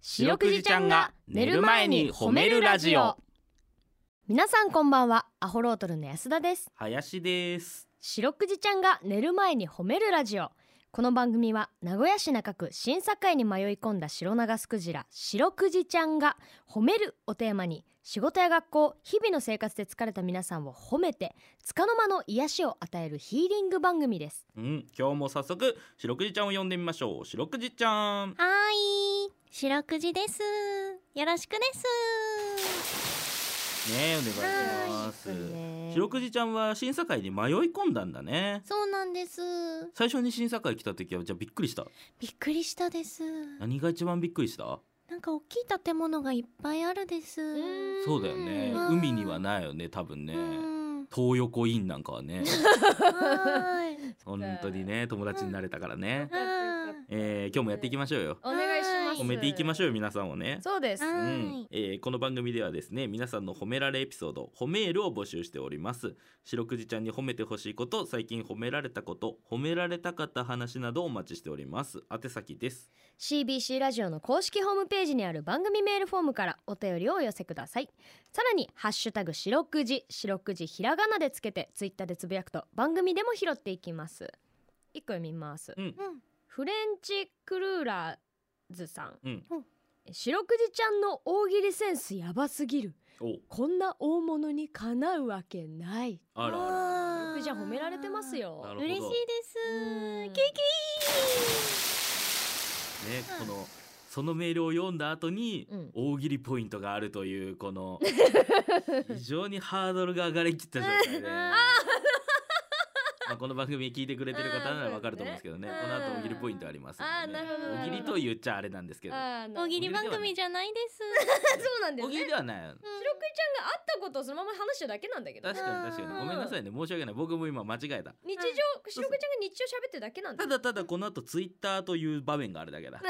白くじちゃんが寝る前に褒めるラジオ皆さんこんばんはアホロートルの安田です林です白くじちゃんが寝る前に褒めるラジオこの番組は名古屋市中区審査会に迷い込んだ白長スクジラ白くじちゃんが褒めるをテーマに仕事や学校日々の生活で疲れた皆さんを褒めて束の間の癒しを与えるヒーリング番組ですうん、今日も早速白くじちゃんを呼んでみましょう白くじちゃんはーい、白くじです。よろしくです。ねえお願いします白くじちゃんは審査会に迷い込んだんだねそうなんです。最初に審査会来た時はじゃあびっくりしたびっくりしたです。何が一番びっくりしたなんか大きい建物がいっぱいあるです。んそうだよねうん海にはないよね多分ねうん東横インなんかは ねはーい。本当にね友達になれたからねうんはえー今日もやっていきましょうよお願いします褒めていきましょううよ皆さんをねそうですーういん。えーこの番組ではですね皆さんの褒められエピソード褒めールを募集しております白くじちゃんに褒めてほしいこと最近褒められたこと褒められたかった話などをお待ちしております宛先です CBC ラジオの公式ホームページにある番組メールフォームからお便りをお寄せくださいさらに「ハッシュタグ四六時」「四六時ひらがな」でつけてツイッターでつぶやくと番組でも拾っていきます一個読みます、うんうんフレンチクルーラーズさん、うんうん四六時ちゃんの大喜利センスやばすぎるおこんな大物にかなうわけないあらあらわー僕じゃ褒められてますなるよほど嬉しいです。うんキキねうこんのそのメールを読んだ後にうん大喜利ポイントがあるという この非常にハードルが上がりきった状態でまあこの番組聞いてくれてる方ならわかると思うんですけどねあこーそうのですね後大喜利ポイントありますんでねあーなるほど大喜利と言っちゃあれなんですけどあーー。な大喜利番組じゃないです。そうなんです大ね喜利ではない白クイちゃんが会ったことをそのまま話してるだけなんだけどね確かに確かにごめんなさいね申し訳ない僕も今間違えた日常はい白クイちゃんが日常喋ってるだけなんだただただこの後ツイッターという場面がある だけだ、うん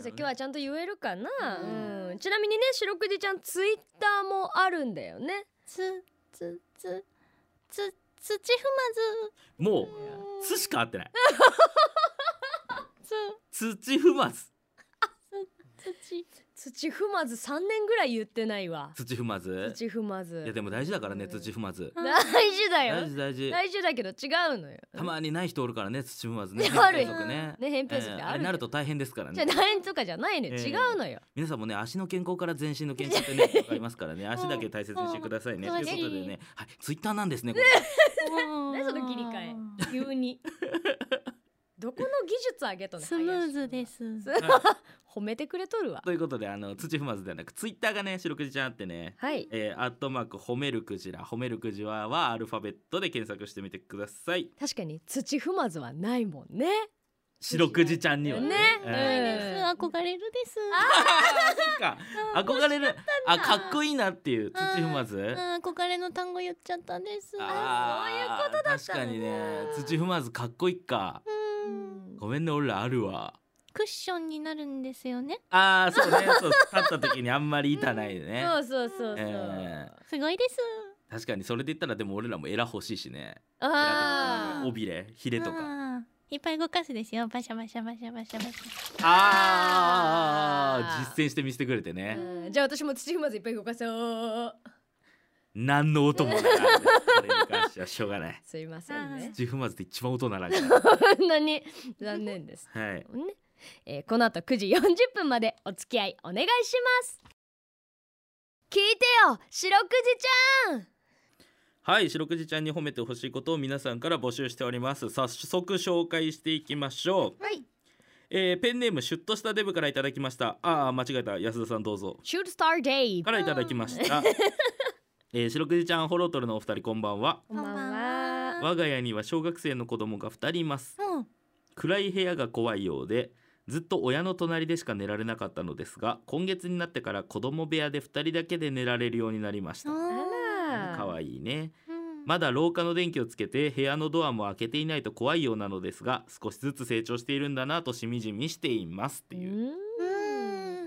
じゃあ今日はちゃんと言えるかな、ううんちなみにね白クジちゃんツイッターもあるんだよねつつつつ土踏もうま「ずつ」しか合ってないつ「土踏まず土土踏まず3年ぐらい言ってないわ」土踏まず土踏まいやずでも大事だからね土踏まずう大ん事だ大よ事大事大事だけど違うのよたまにない人おるからね土踏まずね ある変則ねね扁平足えってーああるれなるとと大変ですからじゃあね大変とかじゃないのよ、ええ違うのよ皆さんもね足の健康から全身の健康って ねわかりますからね足だけ大切にしてくださいねうとんいううんことでねはいツイッターなんです ねこ何その切り替え急 にどこの技術上げとんねんスムーズですす。れはい褒めてくれとるわということであの土踏まずではなくツイッターがね白くじちゃんあってねはいえー、アットマーク褒めるクジラ褒めるクジラはアルファベットで検索してみてください確かに土踏まずはないもんね白くじちゃんにはねねえないーですえー憧れるです。あそっか憧れるあかっこいいなっていう土踏まずあー憧れの単語言っちゃったんです。あそういうことだった確かにね土踏まずかっこいいかうんごめんね俺らあるわクッションになるんですよね。あーそう ねそう立った時にあんまり痛ないでね、そうそうそうそう、えーすごいです。確かにそれで言ったらでも俺らもエラ欲しいしねエラとあかー尾びれヒレとかあーいっぱい動かすですよ。バシャバシャバシャバシャバシャ。あーあーあーああーー実践してみせてくれてね、うんじゃあ私も土踏まずいっぱい動かそう何の音もない。これに関してはしょうがない。すいませんねジフマズで一番音ならんから。こんなに残念ですはい。ね、えーこの後9時40分までお付き合いお願いします聞いてよ白くじちゃんはい、白くじちゃんに褒めてほしいことを皆さんから募集しております。早速紹介していきましょう。はい。えーペンネームシュッとしたデブからいただきました。ああ、間違えた。安田さんどうぞ。シュートスターデイからいただきました。えー、白くじちゃん、ホロトルのお二人、こんばんは。こんばんは我が家には小学生の子供が二人います。うん。暗い部屋が怖いようでずっと親の隣でしか寝られなかったのですが今月になってから子供部屋で2人だけで寝られるようになりましたあら可愛いねうん。まだ廊下の電気をつけて部屋のドアも開けていないと怖いようなのですが少しずつ成長しているんだなとしみじみしていますっていううう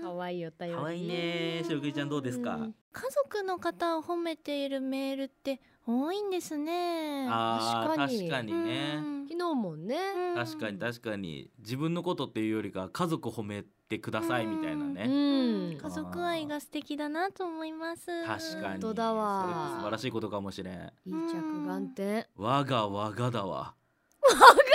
んん可愛いお便り可愛いね白くじちゃんどうですか家族の方を褒めているメールって多いんですね。あ確ーかに確かにねうん昨日もね、うん確かに確かに自分のことっていうよりか家族褒めてくださいみたいなうねん家族愛が素敵だなと思います。確かに本当だわそれって素晴らしいことかもしれんいい着眼点我が我がだわ我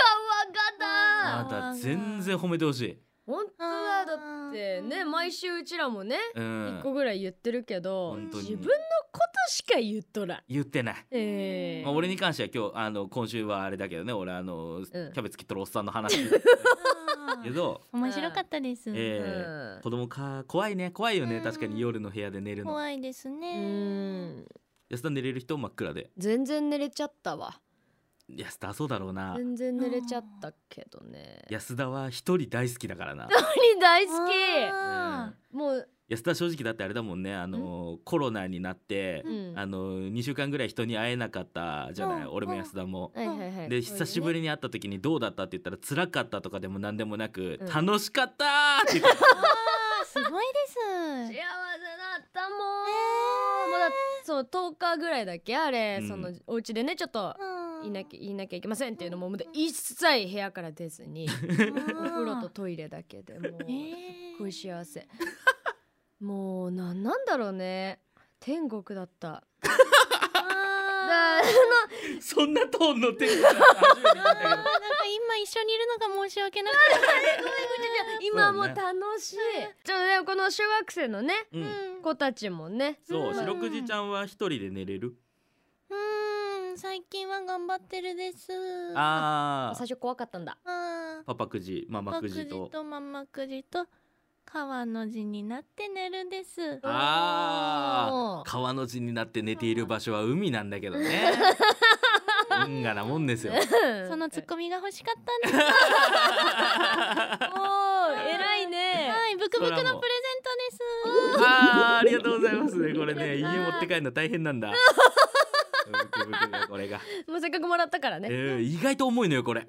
がまだ全然褒めてほしい本当だだってね毎週うちらもねう一ん個ぐらい言ってるけど本当に自分のことしか言っとらん言ってないええまあ、俺に関しては今日あの今週はあれだけどね俺あの、キャベツ切っとるおっさんの話あーけど、 面白かったです。えうんー、子供か怖いね怖いよねうん確かに夜の部屋で寝るの怖いですうね。ん安田寝れる人真っ暗で全然寝れちゃったわ安田そうだろうな全然寝れちゃったけどねやっ安田は一人大好きだからな、ぱり大好うんあきもう安田正直だってあれだもんねあのコロナになってう、んあの2週間ぐらい人に会えなかったじゃない、うん俺も安田も。はいはいはいで久しぶりりに会った時に「どうだった?」って言ったら「辛かった」とかでも何でもなく「うん楽しかった!」って言 ってたーすごい幸です。せだったもんもうだそう10日ぐらいだっけあれうんそのお家でねちょっとうんいなきゃいなきゃいけませんっていうのももう一切部屋から出ずにお風呂と。トイレだけでもうえーすっごい幸せもうなんなんだろうね天国だったあだーそんなトーンの手が初 めて聞いたけどあーなんか今一緒にいるのが申し訳なく今も楽しい、ちょっとでもこの小学生のねうんて。うん子たちもねそう、うん白くじちゃんは一人で寝れる。うーん、最近は頑張ってるです。ああ最、初怖かったんだあー、パパくじ、ママくじと。とママくじと川の字になって寝るです。ああお、ー川の字になって寝ている場所は海なんだけど ね。運がなもん ですよ。そのツッコミが欲しかったんです。おー偉いねはい、ブクブクのプレゼントです。ああ、ありがとうございますね。これ ね、家持って帰るの大変 なんだ。ブクブクがこれが、もうせっかくもらったからえねー、意外と重いのよこれ、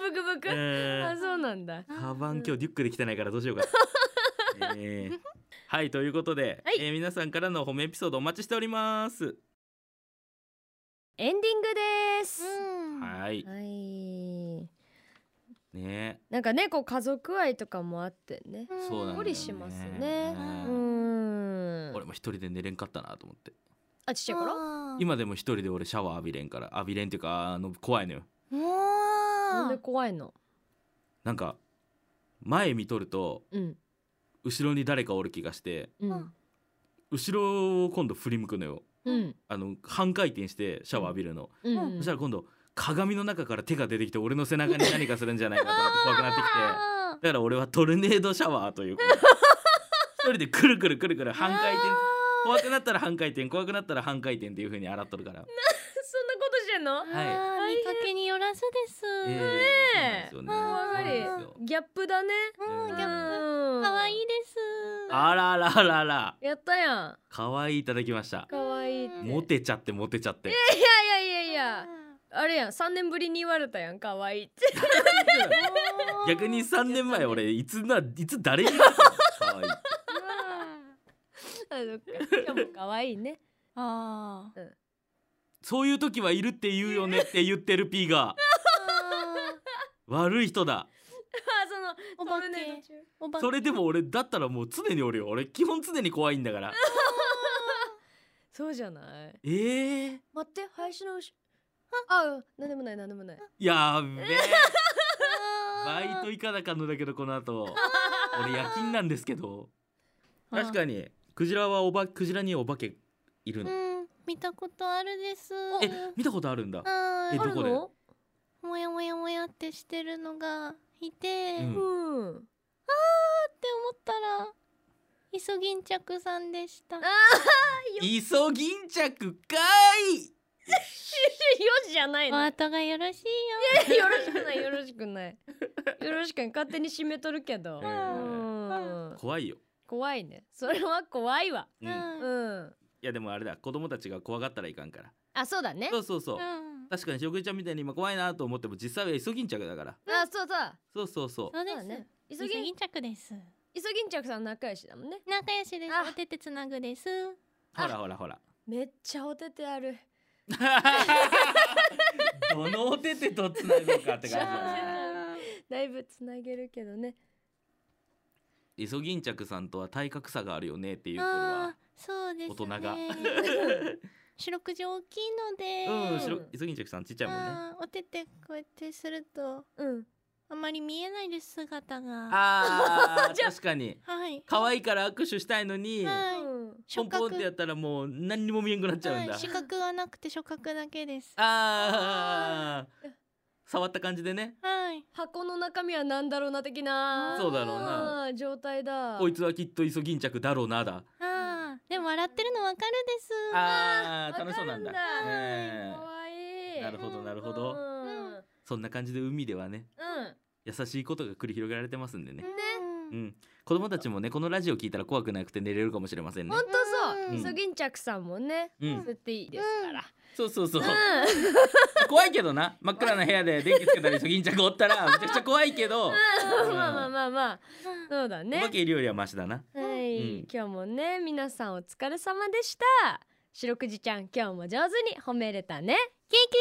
ブクブク、えーあそうなんだカバン今日リュックできてないからどうし ようか。えーはいということで、はいえー皆さんからの褒めエピソードお待ちしております。エンディングです、うん。はいはいねなんかねこう家族愛とかもあってねうんそうなんだよねほっこりしますねううんーん俺も一人で寝れんかったなと思ってあちっちゃい頃あー。今でも一人で俺シャワー浴びれんから浴びれんっていうかあの怖いのよなんもでう。怖いのなんか前見とるとうん後ろに誰かおる気がしてうん後ろを今度振り向くのようんあの半回転してシャワー浴びるの、うん、そしたら今度鏡の中から手が出てきて俺の背中に何かするんじゃないかと思って怖くなってきてあだから俺はトルネードシャワーという一人でくるくるくるくる半回転怖くなったら半回転怖くなったら半回転っていう風に洗っとるからそんなことしてんのはー。いあー見かけによらずです。ええそやうなはんですよねそうなんですよりギャップだねうんギャップうん可愛いです。あららららやったやん可愛いいただきました可愛いってモテちゃってモテちゃっていやいやいやいやあれやん3年ぶりに言われたやん可愛いって 逆に3年前俺いつないつ誰に言われたの可愛い ってあそっか今日も可愛いねあーそういう時はいるって言うよねって言ってる P が悪い人だ あそのお化トルけネード中おばそれでも俺だったらもう常におるよ俺基本常に怖いんだからそうじゃないえー、待って林の後あなんでもないなんでもないやーべえバイトイ行かなかんのだけどこの 後俺夜勤なんですけど確かにクジラはおばクジラにお化けいるのうん見たことあるですえ見たことあるんだあえーどこであるのもやもやもやってしてるのがいて、うんって思うんったらイソギンチャクさんでしたイソギンチャクかいよしじゃないおの。よ後がよろしいよろしくない、よろしくない。よろしくない、勝手に締めとるけどえ。ーうん怖いよ、怖いね。それは怖いわ。うん、いううん。やでもあれだ子供たちが怖がったらいかんからあ、そうだね。そうそうそう、うん確かにしおくじちゃんみたいに今怖いなと思っても実際はイソギンチャクだからあ、そうだ。そうそうそうそうでそうだす、ねイイソソギギン、ンチャクですイソギンチャクさん仲良しだもんね。仲良しですあお手手つなぐですほらほらほらめっちゃお手手ある。 どのおててとつなぐかって感じじだね ゃあだいぶつなげるけどねイソギンチャクさんとは体格差があるよねっていう頃あはあ、そうですね。大 人が白くじ大きいので、うんしろイソギンチャクさんちっちゃいもんねあーお手手こうやってするとうんあまり見えないです姿が。 あー確かにはい。可愛いから握手したいのにはい。うんポンポンってやはったらもう何にも見えんくなっちゃうんだい、視覚がなくて触覚だけです。あー触った感じでねはい。箱の中身は何だろうな的なそうだろうなあー状態だこいつはきっとイソギンチャクだろうなだああ、でも笑ってるのわかるです。あーわかるんだ楽しそうなんだかねかわいえいなるほどなるほうどんうんそんな感じで海ではね優しいことが繰り広げられてますんでねうんうん子供たちもねこのラジオ聞いたら怖くなくて寝れるかもしれませんねほんとそううんイソギンチャクさんもねうん吸っていいですからそうそうそううん 怖いけどな真っ暗な部屋で電気つけ たりイソギンチャクおったらめちゃくちゃ怖いけどうんまあまあまあまあうんそうだおね化けいるよりはマシだなはい、うん今日もね皆さんお疲れ様でした白くじちゃん今日も上手に褒めれたねケーキ